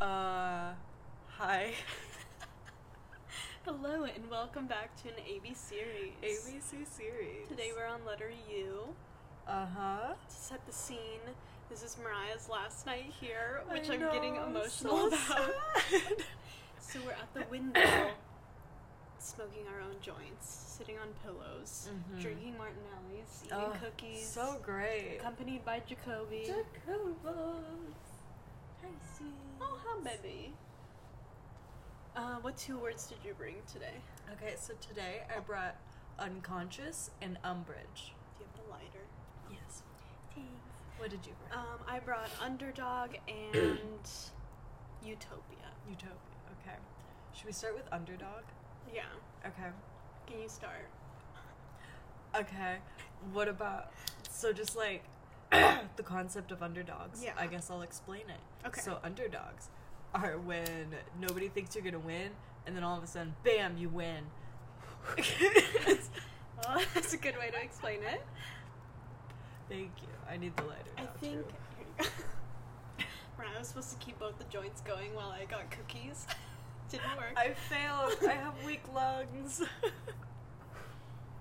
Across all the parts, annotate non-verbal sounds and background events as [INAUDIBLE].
Uh, Hi. [LAUGHS] Hello and welcome back to an AB series. ABC series. Today we're on letter U. Uh huh. To set the scene, this is Mariah's last night here, I which I'm know, getting I'm emotional so about. sad. [LAUGHS] So we're at the window, smoking our own joints, sitting on pillows, Mhm. drinking Martinelli's, eating Oh, cookies, So great. accompanied by Jacoby. Jacobus. Pisces. oh, how baby. Uh, what two words did you bring today? Okay, so today I brought unconscious and umbrage. Do you have the lighter? Yes. Thanks. What did you bring? Um, I brought [CLEARS THROAT] Underdog and Utopia. Utopia. Okay. Should we start with underdog? Yeah. Okay. Can [LAUGHS] you start? [LAUGHS] Okay. What about so just like [CLEARS THROAT] the concept of underdogs? Yeah. I guess I'll explain it. Okay. So underdogs are when nobody thinks you're gonna win, and then all of a sudden, bam, you win. Oh, [LAUGHS] that's a good way to explain it. Thank you. I need the lighter. I now, think. [LAUGHS] too. Here you go. Right, I was supposed to keep both the joints going while I got cookies. [LAUGHS] Didn't work. I failed. I [LAUGHS] have weak lungs.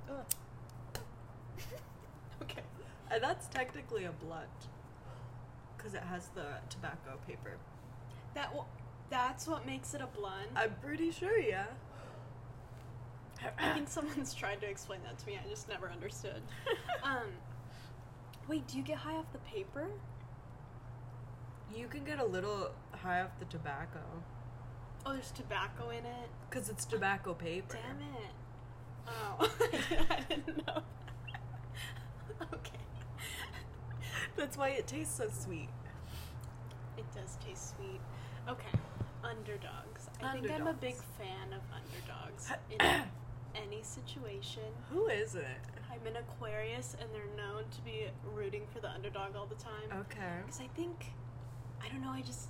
Ugh. okay. and that's technically a blunt, because it has the tobacco paper. That w- that's what makes it a blunt. I, I'm pretty sure, yeah. [LAUGHS] think someone's tried to explain that to me. I just never understood. um, wait, do you get high off the paper? [CLEARS THROAT] You can get a little high off the tobacco Oh, there's tobacco in it. because it's tobacco paper. Damn it. Oh, [LAUGHS] I didn't know. [LAUGHS] okay. That's why it tastes so sweet. It does taste sweet. Okay. Underdogs. I think I'm a Underdogs. big fan of underdogs [COUGHS] in any situation. Who is it? I'm an Aquarius and they're known to be rooting for the underdog all the time. Okay. Because I think, I don't know, I just.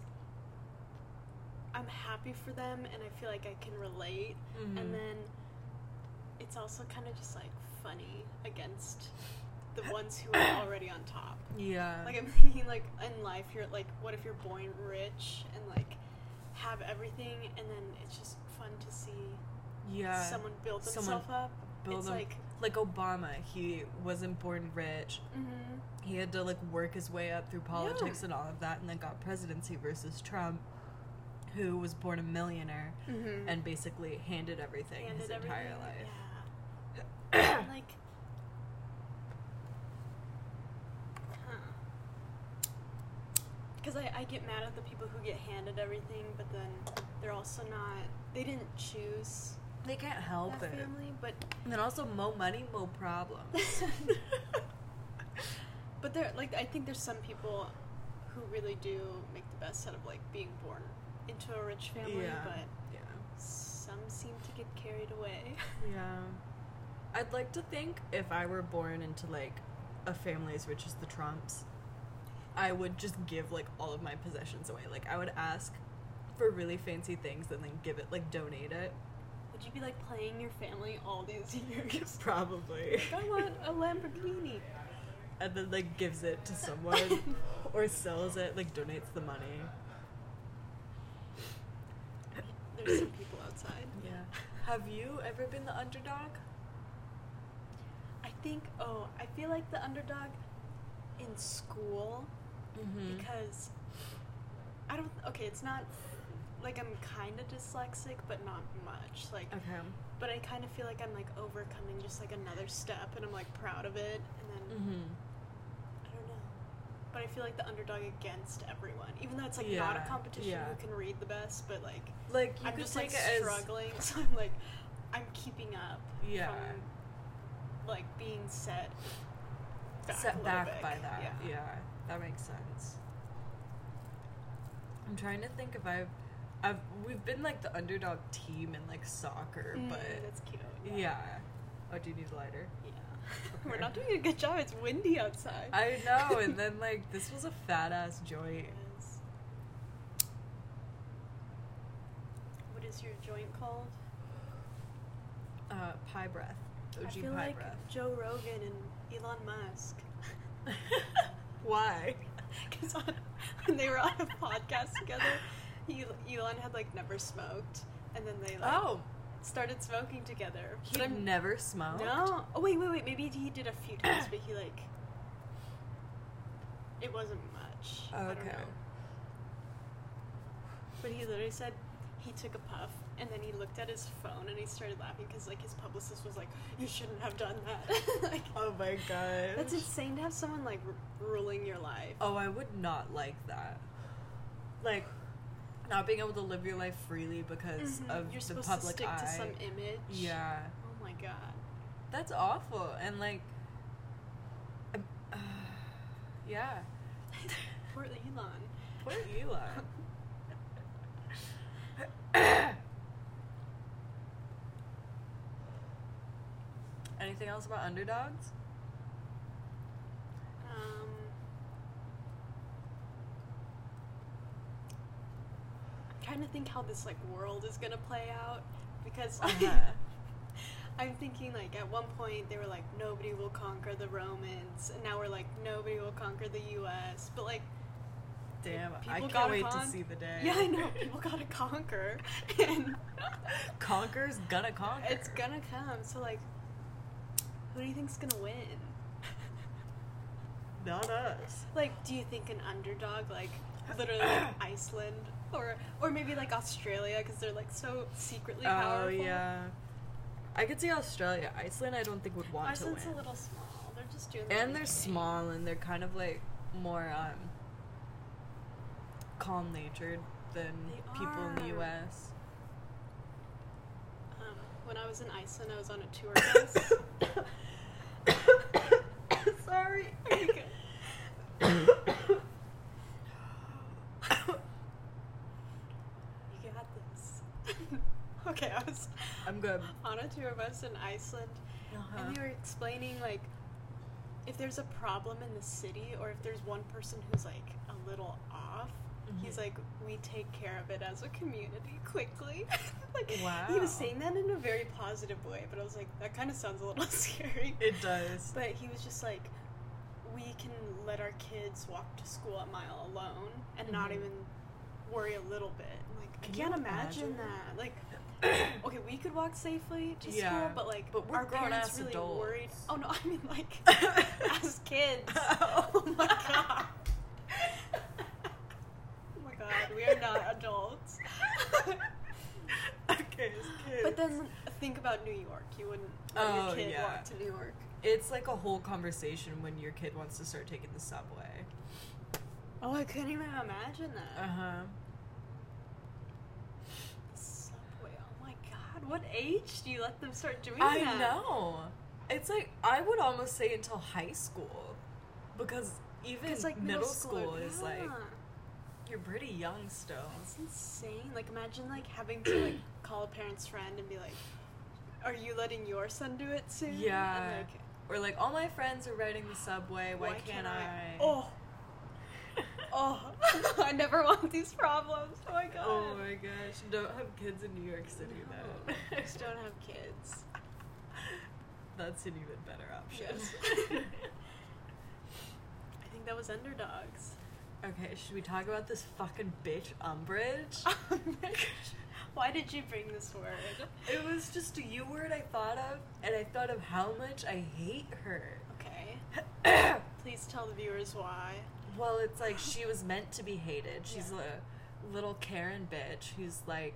I'm happy for them and I feel like I can relate. Mhm. and then it's also kind of just like funny against the ones who are [COUGHS] already on top. yeah. Like I'm thinking, like in life, you're like, what if you're born rich and like have everything, and then it's just fun to see yeah. someone build Someone themselves up. build it's them- like, like Obama, he wasn't born rich. mm He had to like work his way up through politics and all of that, and then got presidency versus Trump, who was born a millionaire mm-hmm. and basically handed everything his entire life. Yeah. and [COUGHS] like, because I, I get mad at the people who get handed everything, but then they're also not. They didn't choose They can't help that it. family, but [LAUGHS] And then also, mo money, mo problems. but there, like, I think there's some people who really do make the best out of like being born into a rich family, Yeah. but yeah. some seem to get carried away. Yeah. I'd like to think if I were born into like a family as rich as the Trumps, I would just give like all of my possessions away. Like I would ask for really fancy things and then give it like donate it. [LAUGHS] [LAUGHS] Would you be like playing your family all these [LAUGHS] years? Probably. Like, I want a Lamborghini. and then like gives it to [LAUGHS] someone or sells it, like donates the money. There's some people outside. Yeah. Have you ever been the underdog? I think. Oh, I feel like the underdog in school Mm-hmm. because I don't. Okay, it's not like I'm kind of dyslexic, but not much. Like, Okay. but I kind of feel like I'm like overcoming just like another step, and I'm like proud of it. And then Mm-hmm. I don't know. But I feel like the underdog against everyone, even though it's like not Yeah, a competition yeah. who can read the best, but like Like you I'm could just take like it as struggling, [LAUGHS] so I'm like, I'm keeping up. Yeah. From, like being set. Back a set little back bit. by that. Yeah. Yeah. that makes sense. I'm trying to think if I've, I've we've been like the underdog team in like soccer, Mm, but that's cute. yeah. Oh, do you need a lighter? Yeah. [LAUGHS] We're not doing a good job. It's windy outside. I know, [LAUGHS] and then like this was a fat ass joint. Yes. What is your joint called? Uh, pie breath. OG I feel pie like breath. Joe Rogan and Elon [LAUGHS] Musk. Why? [LAUGHS] Because when they were on a podcast together, El- Elon had like never smoked, and then they like Oh, started smoking together. he But I'm never smoked. no. Oh wait, wait, wait. Maybe he did a few times, but he like it wasn't much. I don't Okay. know. But he literally said he took a puff and then he looked at his phone and he started laughing because like his publicist was like, "You shouldn't have done that." [LAUGHS] like, Oh my god. that's insane to have someone like r- ruling your life. Oh, I would not like that. Like, not being able to live your life freely because Mhm. of You're the supposed public to stick eye. to some image. yeah, Oh my god. that's awful. And like, um, uh, [SIGHS] yeah, [LAUGHS] Poor Elon. poor Elon. Anything else about underdogs? [LAUGHS] Um, I'm trying to think how this like world is gonna play out because like, Uh-huh. [LAUGHS] I'm thinking like at one point they were like nobody will conquer the Romans, and now we're like nobody will conquer the U.S. But like Damn, I People can't gotta wait to con- see the day. yeah, [LAUGHS] I know people gotta conquer, [LAUGHS] and Conquer's gonna conquer. it's gonna come. So like, who do you think's [LAUGHS] gonna win? not us. Like, do you think an underdog, like [COUGHS] literally like, Iceland, or or maybe like Australia, because they're like so secretly Oh powerful? yeah, I could see Australia. Iceland, I don't think would want Iceland's to win. a little small. They're just doing. their and own they're thing. small, and they're kind of like more um, calm natured than They people in the are. U.S. Um, when I was in Iceland, I was on [COUGHS] a tour bus. [COUGHS] Sorry. Are you good? You got this. [LAUGHS] okay, I was I'm good. on a tour bus in Iceland, Uh-huh. and we were explaining like if there's a problem in the city or if there's one person who's like a little off he's Mhm. like we take care of it as a community [LAUGHS] quickly like he Wow. was saying that in a very positive way but i was like that kind of sounds a little [LAUGHS] scary It does. but he was just like we can let our kids walk to school a mile alone and not Mhm. even worry a little bit I'm like i Can you can't imagine, imagine? [CLEARS THROAT] that like okay we could walk safely to Yeah, school but like but we're our parents grown-ass really adults. worried oh no [LAUGHS] i mean [LAUGHS] like as kids oh [LAUGHS] my god oh my [COUGHS] god we are not adults [LAUGHS] okay, it's kids. but then think about new york you wouldn't let Oh, your kid yeah. walk to new york it's like a whole conversation when your kid wants to start taking the subway. oh i couldn't even imagine that Uh huh. Subway. Oh my god, what age do you let them start doing I that? know. It's like I would almost say until high school, because even 'Cause, like middle, school, schooler- is like Yeah. you're pretty young still. It's insane. Like imagine like having to like [CLEARS THROAT] call a parent's friend and be like, "Are you letting your son do it soon?" Yeah. And, like, Or like all my friends are riding the subway. Why, can't, I? [LAUGHS] Oh, oh, [LAUGHS] I never want these problems. Oh my god. Oh my gosh! Don't have kids in New York City No. then. [LAUGHS] Just don't have kids. That's an even better option. [LAUGHS] Yes. [LAUGHS] I think that was underdogs. [LAUGHS] okay, should we talk about this fucking bitch [LAUGHS] Umbridge? Oh Why did you bring this word? It was just a U word I thought of, and I thought of how much I hate her. Okay. [COUGHS] Please tell the viewers why. Well, it's like she [LAUGHS] was meant to be hated. She's a little Karen bitch who's like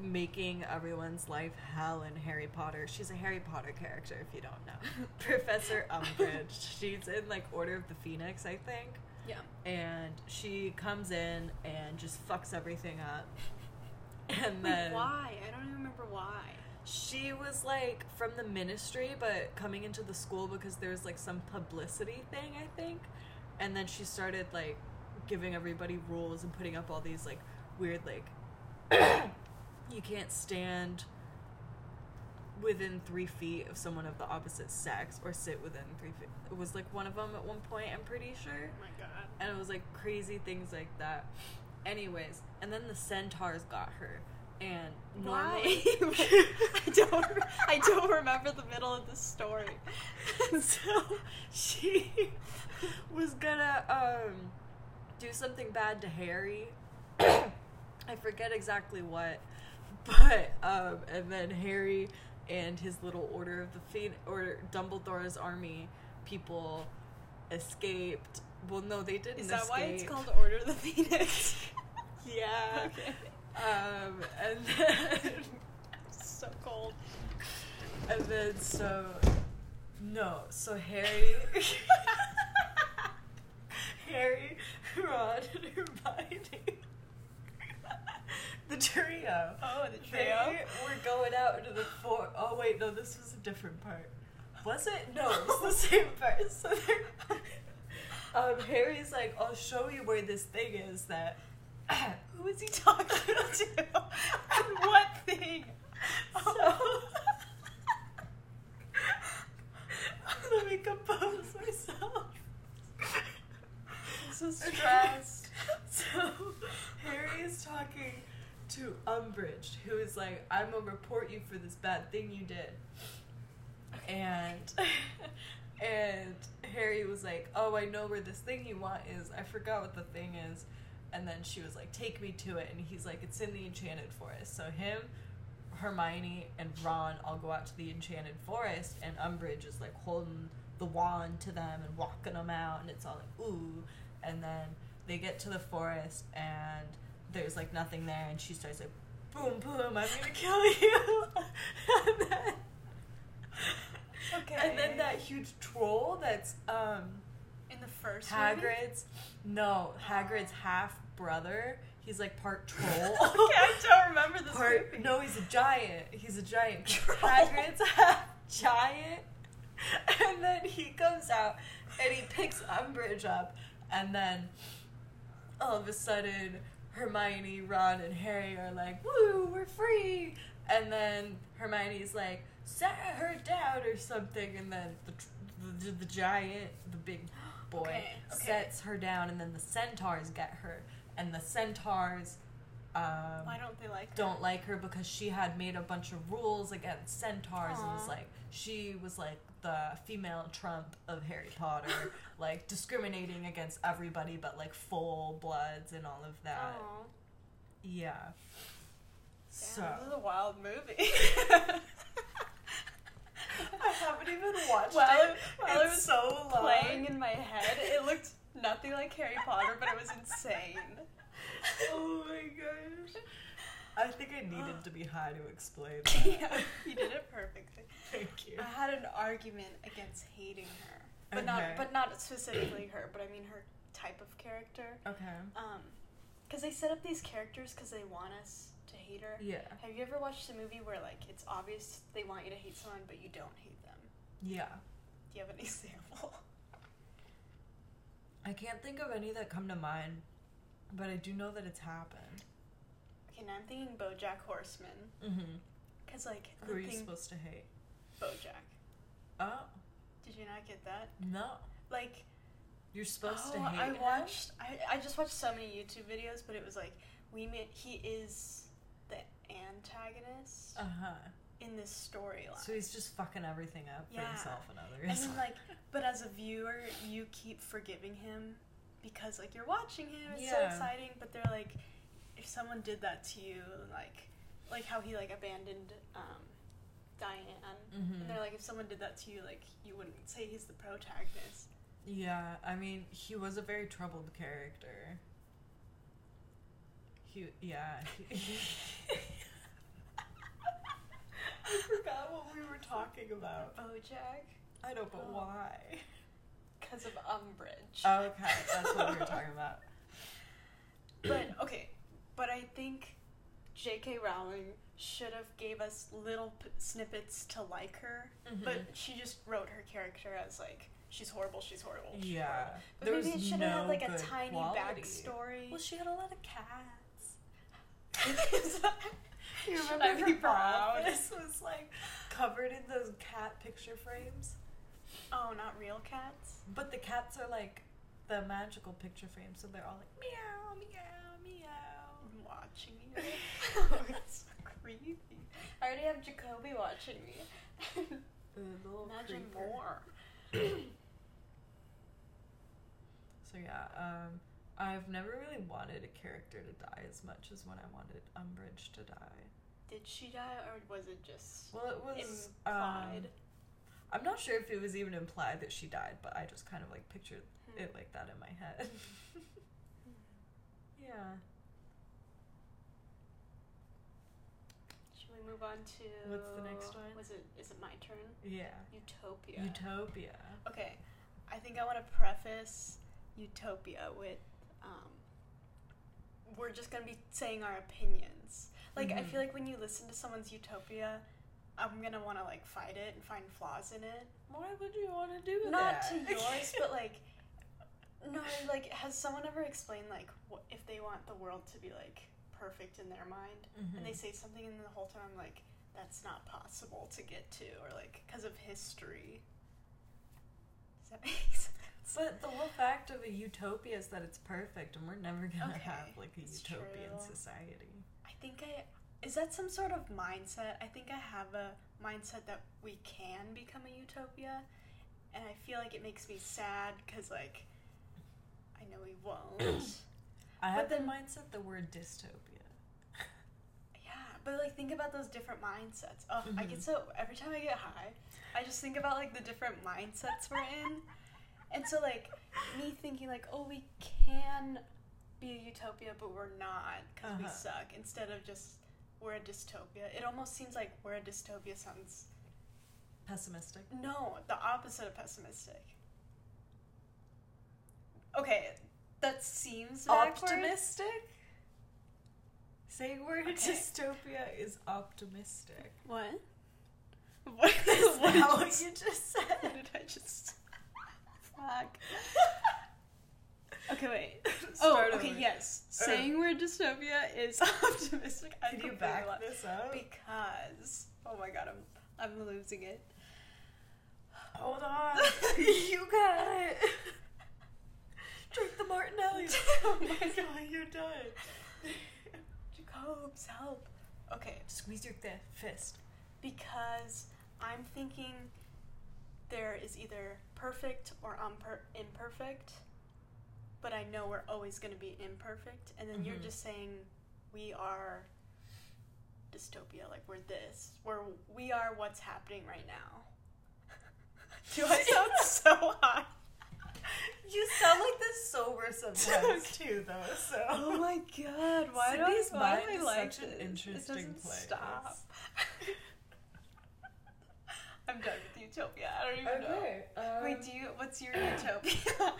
making everyone's life hell in Harry Potter. She's a Harry Potter character, if you don't [LAUGHS] know. Professor [LAUGHS] Umbridge. She's in like Order of the Phoenix, I think. Yeah. And she comes in and just fucks everything up. And Wait, then why? I don't even remember why. she was like from the ministry, but coming into the school because there was like some publicity thing, I think. And then she started like giving everybody rules and putting up all these like weird, like, [COUGHS] you can't stand within three feet of someone of the opposite sex or sit within three feet. It was like one of them at one point, I'm pretty sure Oh my god. and it was like crazy things like that. Anyways, and then the centaurs got her, and Why? normally [LAUGHS] I don't. I don't remember the middle of the story. [LAUGHS] so she was gonna um do something bad to Harry. I forget exactly what, [LAUGHS] but um, and then Harry and his little Order of the Phoenix or Dumbledore's army people escaped. Well, no, they didn't. Is that why it's escape. called Order of the [LAUGHS] Phoenix? Yeah. [LAUGHS] okay. Um, and [LAUGHS] then, so cold. and then so no, so [LAUGHS] Harry, [LAUGHS] Harry, Ron, and Hermione, [LAUGHS] the trio. Oh, the trio. They were going out into the for. Oh wait, no, this was a different part. Was it? No, it was [LAUGHS] the same part. So they're- um, Harry's like, I'll show you where this thing is that. [CLEARS THROAT] Who is he talking to? and what thing? So let me compose myself. This is Addressed. So Harry is talking to Umbridge, who is like, I'm gonna report you for this bad thing you did. And and Harry was like, Oh, I know where this thing you want is. I forgot what the thing is. And then she was like, Take me to it. And he's like, It's in the Enchanted Forest. So him, Hermione, and Ron all go out to the Enchanted Forest, and Umbridge is like holding the wand to them and walking them out, and it's all like, Ooh. And then they get to the forest, and there's like nothing there, and she starts like, Boom, boom, I'm gonna kill [LAUGHS] you. and then. Okay. And then that huge troll that's um [LAUGHS] in the first movie? Hagrid's no, Hagrid's half brother. He's like part troll. [LAUGHS] okay, I don't remember this part movie. no, he's a giant. He's a giant. [LAUGHS] Troll. Hagrid's half giant. And then he comes out and he picks Umbridge up and then all of a sudden Hermione, Ron, and Harry are like, Woo, we're free and then Hermione's like, "Set her down" or something, and then the tr- the, the giant, the big boy, Okay, okay. sets her down, and then the centaurs get her, and the centaurs um, Why don't they like her? don't like her because she had made a bunch of rules against centaurs and was Aw. like, she was like the female Trump of Harry [LAUGHS] Potter, like discriminating against everybody but like full bloods and all of Aw. that. Yeah. So. Oh, Damn, This is a wild movie. [LAUGHS] I haven't [LAUGHS] even watched While it. it- while it it's was so long. Playing in my head, it looked nothing like Harry Potter, but it was [LAUGHS] insane. Oh my gosh. I think I needed to be high to [LAUGHS] explain yeah, Uh, you did it perfectly. [LAUGHS] Thank you. I had an argument against hating her, but Okay. not but not specifically her, but I mean her type of character. Okay. Um, because they set up these characters because they want us to hate her. Yeah. Have you ever watched a movie where like it's obvious they want you to hate someone, but you don't hate them? Yeah. Do you have an [LAUGHS] example? I can't think of any that come to mind, but I do know that it's happened. Okay, now I'm thinking BoJack Horseman, Mm-hmm. because like Who the are you thing supposed to hate? BoJack. Oh, Did you not get that? no. Like You're supposed oh, to hate I him? watched. I, I just watched so many YouTube videos, but it was like we meet. He is the antagonist Uh-huh. in this storyline. So he's just fucking everything up for Yeah. himself and and others. then like, but as a viewer, you keep forgiving him because like you're watching him. It's so Yeah. exciting. But they're like, if someone did that to you, like, like how he like abandoned um, Diane. And they're [LAUGHS] mm-hmm. like, if someone did that to you, like, you wouldn't say he's the protagonist. Yeah, I mean, he was a very troubled character. He, yeah. He, [LAUGHS] I forgot what we were talking about. Bojack, I know, but Oh. why? [LAUGHS] because of Umbridge. Okay, that's what we were talking [LAUGHS] about. But okay, but I think J.K. Rowling should have gave us little p- snippets to like her, Mm-hmm. but she just wrote her character as like she's horrible, she's horrible. she's yeah, horrible." But there maybe was it should no have had like a good tiny quality. backstory. Well, she had a lot of cats. [LAUGHS] You [LAUGHS] You Should remember I be her proud? office was like covered in those cat picture frames, [LAUGHS] Oh, not real cats. but the cats are like the magical picture frames, so they're all like meow, meow, meow. I'm watching you. oh, [LAUGHS] it's so creepy. I already have Jacoby watching me. Imagine more. So yeah, um, I've never really wanted a character to die as much as when I wanted Umbridge to die. Did she die or was it just Well, it was um, implied? I'm not sure if it was even implied that she died, but I just kind of like pictured Hmm. it like that in my [LAUGHS] head. yeah. Should we move on to What's the next one? Was it is it my turn? Yeah. Utopia. Utopia. Okay, I think I want to preface Utopia with um, we're just gonna be saying our opinions. Like I Mhm. feel like when you listen to someone's Utopia, I'm gonna want to like fight it and find flaws in it. Why would you want to do Not that? [LAUGHS] to yours, but like no, like has someone ever explained like what, if they want the world to be like perfect in their mind, and they Mhm. say something, and the whole time I'm like. That's not possible to get to, or like because of history. Does that [LAUGHS] make sense? But the whole fact of a utopia is that it's perfect, and we're never gonna Okay, have like a it's utopian true. society. I think I is that some sort of mindset. I think I have a mindset that we can become a utopia, and I feel like it makes me sad because like I know we won't. I But have the then- mindset that we're a dystopia. yeah, but like think about those different mindsets. Oh, I Mhm. get so every time I get high, I just think about like the different mindsets we're in, and so like me thinking like oh we can be a utopia but we're not because we Uh-huh. suck instead of just we're a dystopia it almost seems like we're a dystopia sounds Pessimistic. No, the opposite of pessimistic. Okay, that seems backwards. Optimistic? Say we're a Okay. dystopia is optimistic. What? [LAUGHS] What is What that? did What you you just said? [LAUGHS] What did I just? Fuck. Okay, wait. Start oh, okay, over. yes. Or- Saying we're dystopia is [LAUGHS] optimistic. I Can you completely back lo- this up? Because oh my god, I'm I'm losing it. Hold on. [LAUGHS] you [LAUGHS] got it. Drink the Martinelli. [LAUGHS] Oh my god, you're done. Jacob's help. Okay, Squeeze your th- fist. because I'm thinking there is either perfect or unper- imperfect, but I know we're always going to be imperfect. And then you're Mhm. just saying we are dystopia, like we're this, we're we are what's happening right now. [LAUGHS] Do I [LAUGHS] sound so high? You sound like this sober sometimes [LAUGHS] too, though. So. Oh my god! Why Sydney's do I, why mind am I is like such an this? interesting it doesn't place. Stop. I'm done with Utopia. I don't even know. Okay. Um, Wait, do you? What's your [COUGHS] utopia?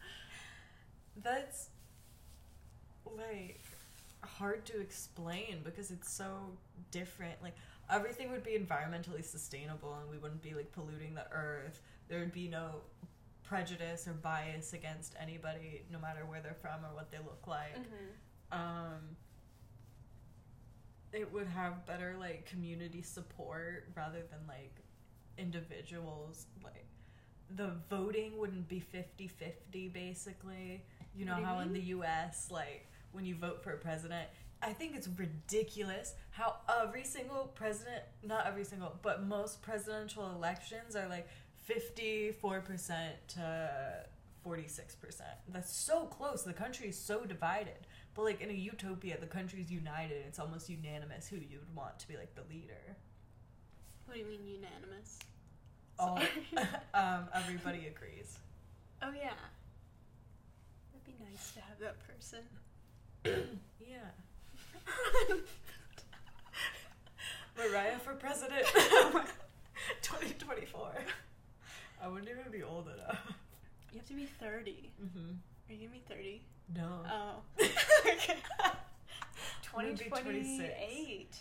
[LAUGHS] That's like hard to explain because it's so different. Like everything would be environmentally sustainable and we wouldn't be like polluting the earth. There would be no prejudice or bias against anybody no matter where they're from or what they look like. Mm-hmm. Um it would have better like community support rather than like individuals like the voting wouldn't be 50-50 basically you know What do you how in mean? the US like when you vote for a president I think it's ridiculous how every single president not every single but most presidential elections are like 54% to 46%. That's so close. The country is so divided. But like in a utopia, the country's united. It's almost unanimous who you'd want to be like the leader. What do you mean unanimous? [LAUGHS] All, [LAUGHS] Sorry. um, everybody agrees. oh yeah. It'd be nice to have that person. Yeah. [LAUGHS] Mariah for president [LAUGHS] 2024. I wouldn't even be old enough. You have to be thirty. Mm-hmm. Are you gonna be thirty? No. Oh. gonna Twenty be 26. twenty eight.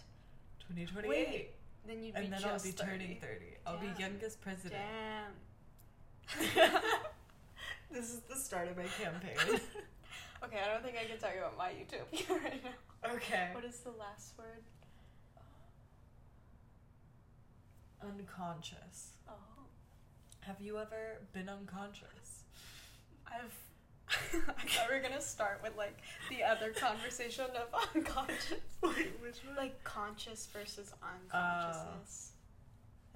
2028. Wait, Then you'd be and then I'll just be 30. turning 30. I'll Damn. be youngest president. [LAUGHS] Damn. This is the start of my [LAUGHS] campaign. okay, I don't think I can talk about my utopia [LAUGHS] right now. okay. What is the last word? Unconscious. Oh, Have you ever been unconscious? I've. [LAUGHS] I thought we were gonna start with like the other conversation of [LAUGHS] unconscious, Wait, which like conscious versus unconsciousness.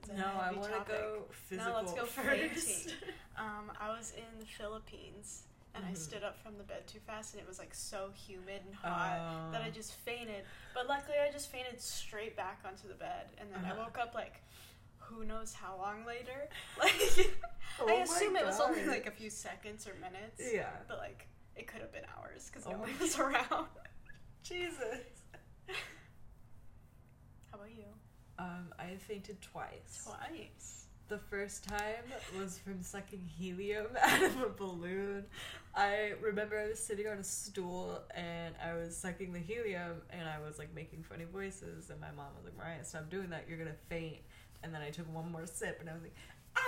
That's a no, I heavy want to topic. go physical [LAUGHS] No, let's go first. fainting. Um, I was in the Philippines and I Mhm. stood up from the bed too fast, and it was like so humid and [LAUGHS] hot Oh. that I just fainted. But luckily, I just fainted straight back onto the bed, and then Uh-huh. I woke up like who knows how long later. Like I assume it was only like a few seconds or minutes, Oh Yeah. but like it could have been hours because Oh no my one was [LAUGHS] around. Jesus. How about you? Um, I fainted twice. Twice. The first time was from sucking helium [LAUGHS] out of a balloon. I remember I was sitting on a stool and I was sucking the helium and I was like making funny voices and my mom was like, Mariah, stop doing that, you're gonna faint. And then I took one more sip and I was like, I'm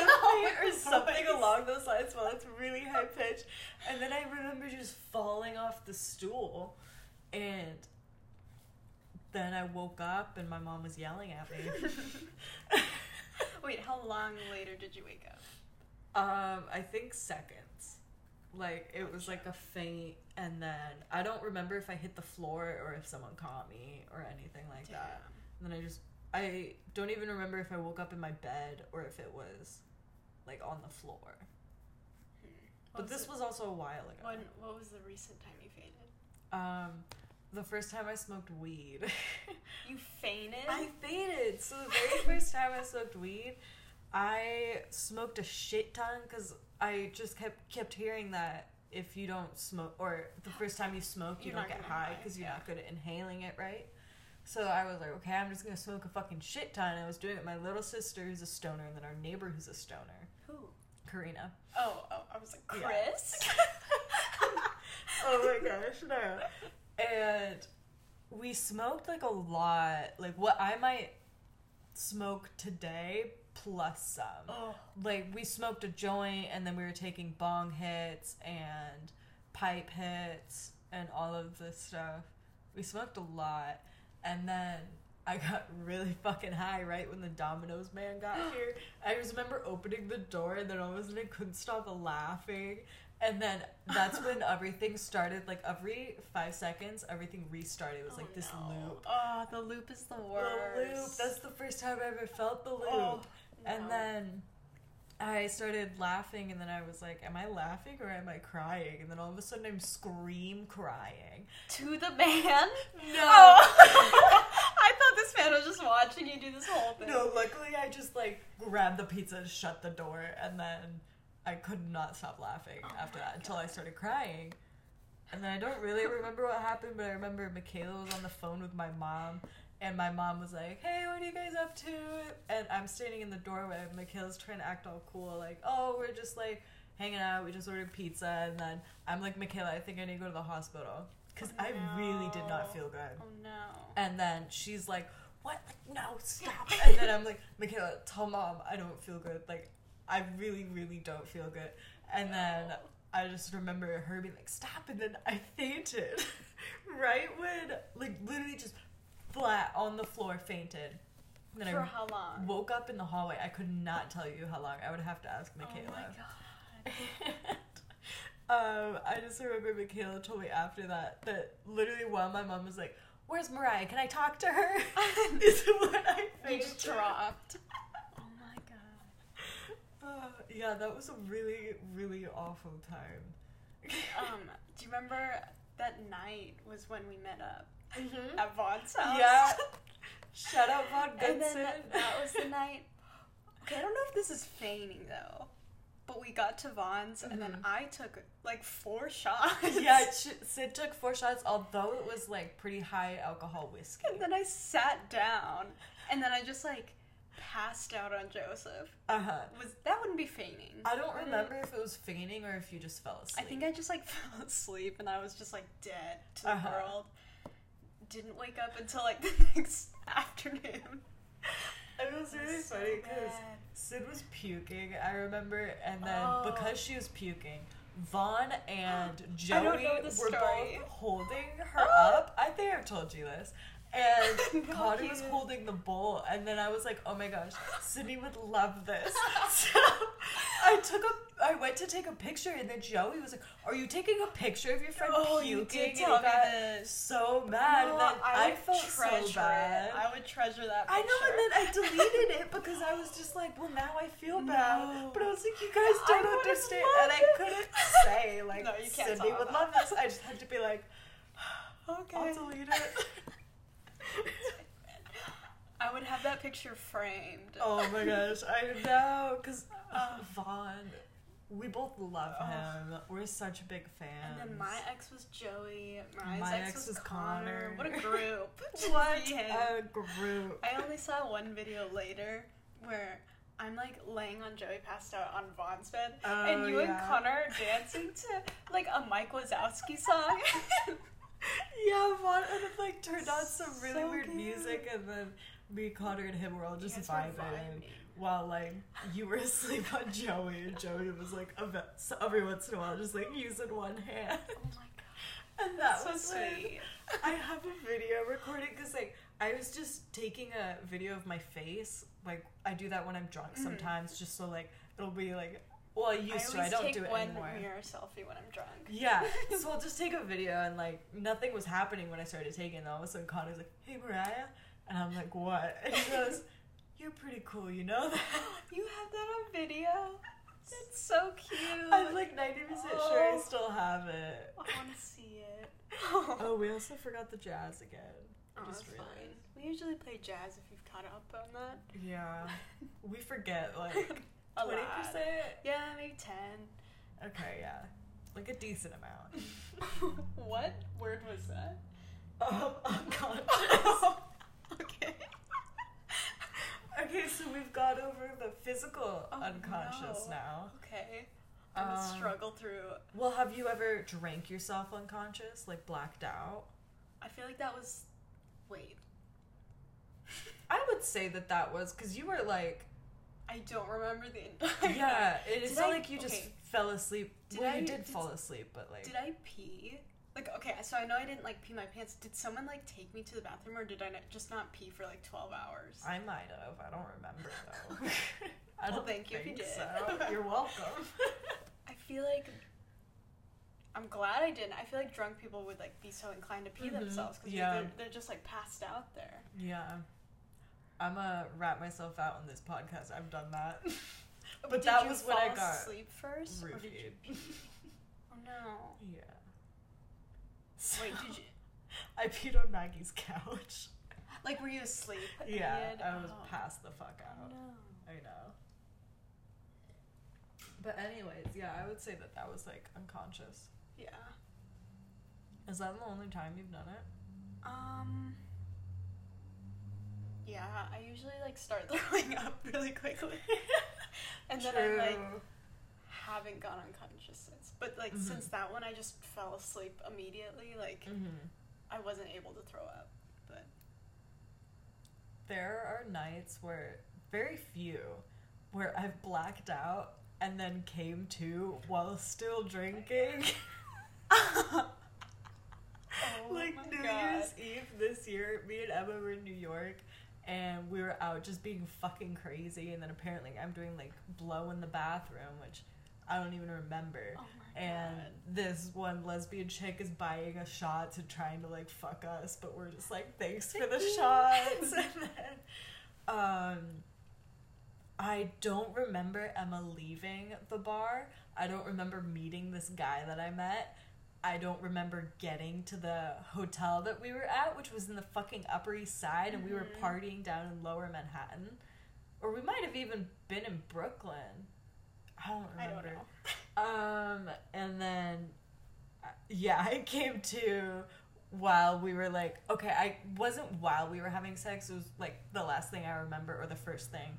not [LAUGHS] Oh gonna faint or my something voice. along those lines while it's really high pitched. And then I remember just falling off the stool and then I woke up and my mom was yelling at me. Wait, how long later did you wake up? Oh Um, I think seconds. Like it was like a faint, and then I don't remember if I hit the floor or if someone caught me or anything like that. And then I just I don't even remember if I woke up in my bed or if it was like on the floor. Hmm. But What this the- was also a while ago. When, what was the recent time you fainted? Um, the first time I smoked weed. You fainted? I fainted. So the very first time I smoked weed, I smoked a shit ton because I just kept kept hearing that if you don't smoke or the first time you smoke, you You're don't not get gonna high high, because you're yeah. not good at inhaling it, right? So I was like, okay, I'm just gonna smoke a fucking shit ton. I was doing it with my little sister who's a stoner, and then our neighbor who's a stoner, Who? Karina. Oh, oh, I was like, Yeah. Chris? [LAUGHS] oh my gosh, no. And we smoked like a lot. Like what I might smoke today plus some. Oh, Like we smoked a joint and then we were taking bong hits and pipe hits and all of this stuff. We smoked a lot and then I got [LAUGHS] really fucking high right when the Domino's man [GASPS] got here. I just remember opening the door and then all of a sudden I couldn't stop laughing. And then that's when [LAUGHS] everything started. Like every five seconds, everything restarted. It was like this loop. Oh, the loop is the Oh, The worst. loop. That's the first time I ever felt the loop. Oh, And no. then I started laughing, and then I was like, Am I laughing or am I crying? And then all of a sudden, I'm scream crying. To the man? No! [LAUGHS] [LAUGHS] Oh. I thought this man was just watching you do this whole thing. No, luckily I just like grabbed the pizza and shut the door, and then I could not stop laughing Oh after my that until I started crying. And then I don't really remember what happened, but I remember Michaela was on the phone with my mom, and my mom was like, "Hey, what are you guys up to?" And I'm standing in the doorway. and Michaela's trying to act all cool, like, "Oh, we're just like hanging out. We just ordered pizza." And then I'm like, "Michaela, I think I need to go to the hospital because I really did not No. feel good." Oh, no. And then she's like, "What? Like, no, [LAUGHS] stop!" And then I'm like, "Michaela, tell mom I don't feel good. Like, I really, really don't feel good." And then No. I just remember her being like, "Stop!" And then I fainted, [LAUGHS] right when like literally just flat on the floor fainted. And then For I how long? woke up in the hallway. I could not tell you how long. I would have to ask Michaela. Oh, my God. [LAUGHS] um, I just remember Michaela told me after that that literally while my mom was like, "Where's Mariah? Can I talk to [LAUGHS] her?" [LAUGHS] is when I You just fainted. [LAUGHS] dropped. oh, my God. Uh, yeah, that was a really really awful time. Um, do you remember that night was when we met up Mhm. at Vaughn's house? [LAUGHS] Yeah. Shout out Von Mm-hmm. and Goodson. then that, that was the night. Okay, I don't know if this is feigning though, but we got to Vaughn's and then Mhm. I took like four shots. [LAUGHS] yeah, Ch- Sid took four shots, although it was like pretty high alcohol whiskey. [LAUGHS] And then I sat down and then I just like passed out on Joseph. Uh huh. Was that wouldn't be feigning? I don't Mm. remember if it was fainting or if you just fell I asleep. think I just like [LAUGHS] fell asleep and I was just like dead to the Uh-huh. world. Didn't wake up until like [LAUGHS] the next afternoon. [LAUGHS] it was really So funny because bad. [LAUGHS] Sid was puking, I remember, and then Oh. because she was puking, Vaughn and [GASPS] I don't Joey know were the story. both holding [GASPS] her Oh. up. I think I've told you this. [LAUGHS] And No, Connor you was didn't. holding the bowl, and then I was like, oh my gosh, Sydney would love this. so I took a. I went to take a picture, and then Joey was like, "Are you taking a picture of your friend Oh, you puking?" did And tell he me got this. So mad. No, and then I, would felt treasure so it. bad. I would treasure that. I know, picture. and then I deleted [LAUGHS] it because I was just like, well, now I feel bad. No. But I was like, you guys I don't would've understand. loved And I it. couldn't say, like, [LAUGHS] No, you can't Sydney talk would love about this. I just had to be like, [LAUGHS] Okay. I'll delete it. I would have that picture framed. oh my gosh, I know. Because Uh, Vaughn, we both love Oh. him. We're such big fans. And then my ex was Joey. Mariah's My ex, was, Connor. Connor. [LAUGHS] What a group. Just [LAUGHS] What be him. a group. I only saw one video later where I'm like laying on Joey passed out on Vaughn's bed, Oh, and you and yeah. Connor are dancing to like a Mike Wazowski song. [LAUGHS] Yeah, Vaughn and it like turned on some really So weird cute. music, and then me, Connor, and him were all just You guys were vibing. vibing. While like you were asleep on Joey, and Joey was like a ve- so every once in a while just like using one hand, Oh my god, and that so was when sweet. I have a video recording because like I was just taking a video of my face. Like I do that when I'm drunk Mhm. sometimes, just so like it'll be like well I used to. I always don't take do it one anymore. mirror selfie when I'm drunk. [LAUGHS] Yeah, so I'll just take a video and like nothing was happening when I started taking it. All of a sudden, Connor's like, "Hey, Mariah," and I'm like, "What?" And he goes, "You're pretty cool, you know that." [LAUGHS] You have that on video. That's so cute. I'm like 90% sure I Oh. still have it. I want to see it. [LAUGHS] Oh, Oh, we also forgot the jazz again. I that's just fine. realized. We usually play jazz if you've caught up on that. Yeah, [LAUGHS] we forget like 20%. [LAUGHS] A lot. Yeah, maybe ten. Okay, yeah, like a decent [LAUGHS] amount. what word was that? Um, [LAUGHS] unconscious. okay. [LAUGHS] okay, so we've got over the physical Oh, unconscious no. now. Okay. I'm gonna Um, struggle through. Well, have you ever drank yourself unconscious, like blacked out? I feel like that was. Wait. I would say that that was because you were like, I don't remember the [LAUGHS] entire. yeah, it is Did not I- like you just okay. fell asleep. Did well, you I- did did- fall asleep, but like, Did I pee? Like okay, so I know I didn't like pee my pants. Did someone like take me to the bathroom, or did I not, just not pee for like twelve hours? I might have. I don't [LAUGHS] remember though. I Well, don't thank you if you think did. [LAUGHS] so. You're welcome. I feel like I'm glad I didn't. I feel like drunk people would like be so inclined to pee Mhm, themselves because yeah. they're, they're just like passed out there. yeah, I'm gonna wrap myself out on this podcast. I've done that. [LAUGHS] But did that you was when I fall got asleep first. Or did you... Roofied. [LAUGHS] Oh no! Yeah. Wait, did you? [LAUGHS] I peed on Maggie's couch. Like, were you asleep? and [LAUGHS] you Yeah, had- I was oh. past the fuck out. No. I know. But anyways, yeah, I would say that that was like unconscious. Yeah. Is that the only time you've done it? Um. Yeah, I usually like start [LAUGHS] throwing up really quickly, [LAUGHS] and then I like haven't gone unconscious since. But like Mhm. since that one, I just fell asleep immediately. Like Mhm. I wasn't able to [LAUGHS] throw up. But There are nights where very few where I've blacked out and then came to while still drinking. oh [LAUGHS] like my New God. Year's Eve this year, me and Emma were in New York and we were out just being fucking crazy and then apparently I'm doing like blow in the bathroom, which I don't even remember. Oh my and God. this one lesbian chick is buying us shots and trying to like fuck us, but we're just like, thanks for the Thank you. [LAUGHS] shots. and then, um, I don't remember Emma leaving the bar. I don't remember meeting this guy that I met. I don't remember getting to the hotel that we were at, which was in the fucking Upper East Side, and we were Mhm. partying down in Lower Manhattan. Or we might have even been in Brooklyn. I don't remember. I don't know. Um, and then, uh, yeah, [LAUGHS] I came to while we were like, okay, I wasn't while we were having sex. It was like the last thing I remember, or the first thing,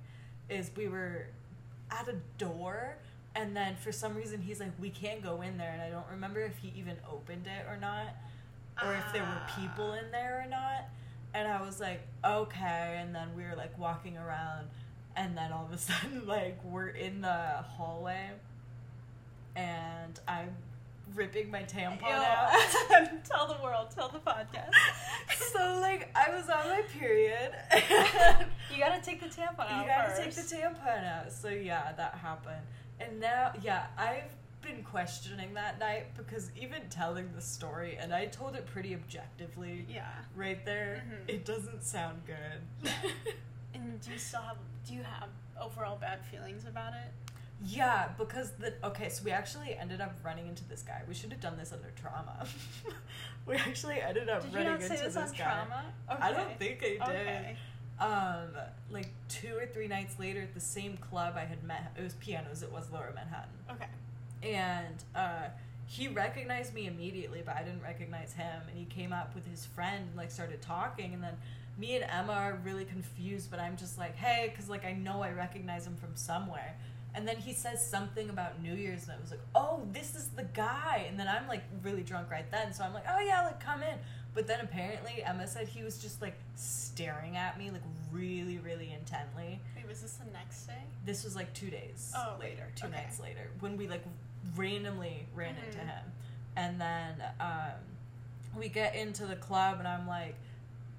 is we were at a door, and then for some reason he's like, we can't go in there, and I don't remember if he even opened it or not, or if there were people in there or not. And I was like, okay. And then we were like walking around, and then all of a sudden, [LAUGHS] like, we're in the hallway and I'm ripping my tampon out. [LAUGHS] out. tell the world. Tell the podcast. [LAUGHS] so like I was on my period. [LAUGHS] and You gotta take the tampon you out gotta take first. the tampon out. So yeah, that happened. And now, yeah, I've been questioning that night because even telling the story, and I told it pretty objectively Yeah. right there, Mhm. it doesn't sound good. [LAUGHS] And do you still have? Do you have overall bad feelings about it? yeah, because the okay, so we actually ended up running into this guy. We should have done this under trauma. [LAUGHS] we actually ended up Did you running not say into this, this on guy. trauma? I don't think I did. Okay. um like two or three nights later at the same club I had met it was pianos it was Lower Manhattan Okay. and uh he recognized me immediately but I didn't recognize him and he came up with his friend and like started talking and then me and Emma are really confused but I'm just like hey because like I know I recognize him from somewhere and then he says something about New Year's and I was like oh this is the guy and then I'm like really drunk right then so I'm like oh yeah like come in but then apparently Emma said he was just like staring at me like really, really intently. Wait, was this the next day? This was like two days Oh, later, two okay. nights later, when we like randomly ran into Mhm. him. And then um, we get into the club, and I'm like,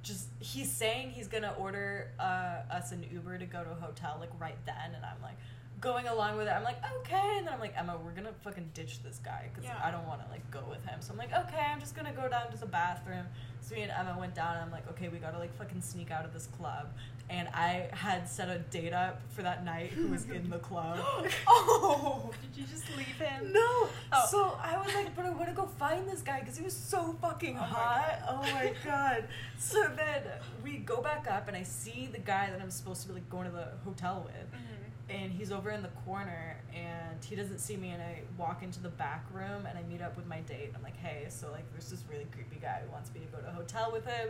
just he's saying he's gonna order uh, us an Uber to go to a hotel like right then, and I'm like going along with it. I'm like okay, and then I'm like Emma, we're gonna fucking ditch this guy because Yeah. I don't want to like go with him. So I'm like okay, I'm just gonna go down to the bathroom. So me and Emma went down, and I'm like okay, we gotta like fucking sneak out of this club. And I had set a date up for that night who was in the [LAUGHS] [GASPS] [GASPS] club. oh. Did you just leave him? No. Oh. So I was like, but I want to go find this guy because he was so fucking Oh my hot. God. oh my god. So then we go back up and I see the guy that I'm supposed to be like going to the hotel with, Mhm. and he's over in the corner and he doesn't see me and I walk into the back room and I meet up with my date. I'm like, hey, so like there's this really creepy guy who wants me to go to a hotel with him.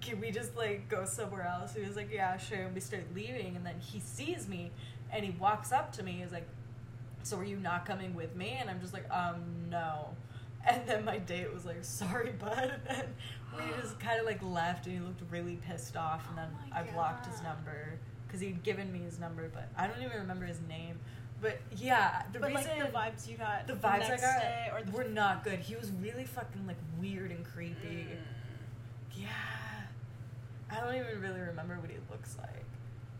Can we just like go somewhere else? He was like, yeah, sure. And we start leaving and then he sees me and he walks up to me. He's like so are you not coming with me? And I'm just like, um, no. [LAUGHS] And then my date was like, sorry, [LAUGHS] bud. And we [GASPS] just kind of like left and he looked really pissed off. And then Oh my I blocked his God. number because he'd given me his number, but I don't even remember his name. But yeah, the but reason like the vibes you got. the the vibes I next got day or the were not good. He was really fucking like weird and creepy. Mm. Yeah. I don't even really remember what he looks like.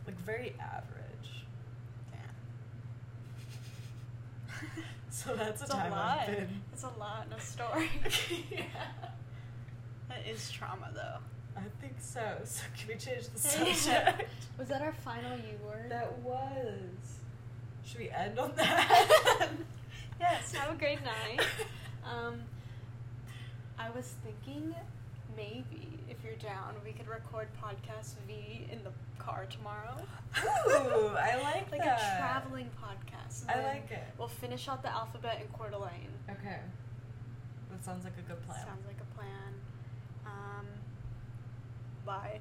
Like very average. Mm. [LAUGHS] So that's a It's a time lot. I've been. It's a lot in a [LAUGHS] story. yeah. That is trauma, though. I think so. [LAUGHS] So can we change [LAUGHS] the subject? Was that our final U word? that was. Should we end [LAUGHS] on that? [LAUGHS] Yes. Have a great [LAUGHS] night. Um, I was thinking maybe if you're down, we could record podcast V in the car tomorrow. Ooh, [LAUGHS] I like like that. a traveling podcast. and I then like it. We'll finish out the alphabet in Coeur d'Alene. Okay. That sounds like a good plan. Sounds Sounds like a plan. Um, bye.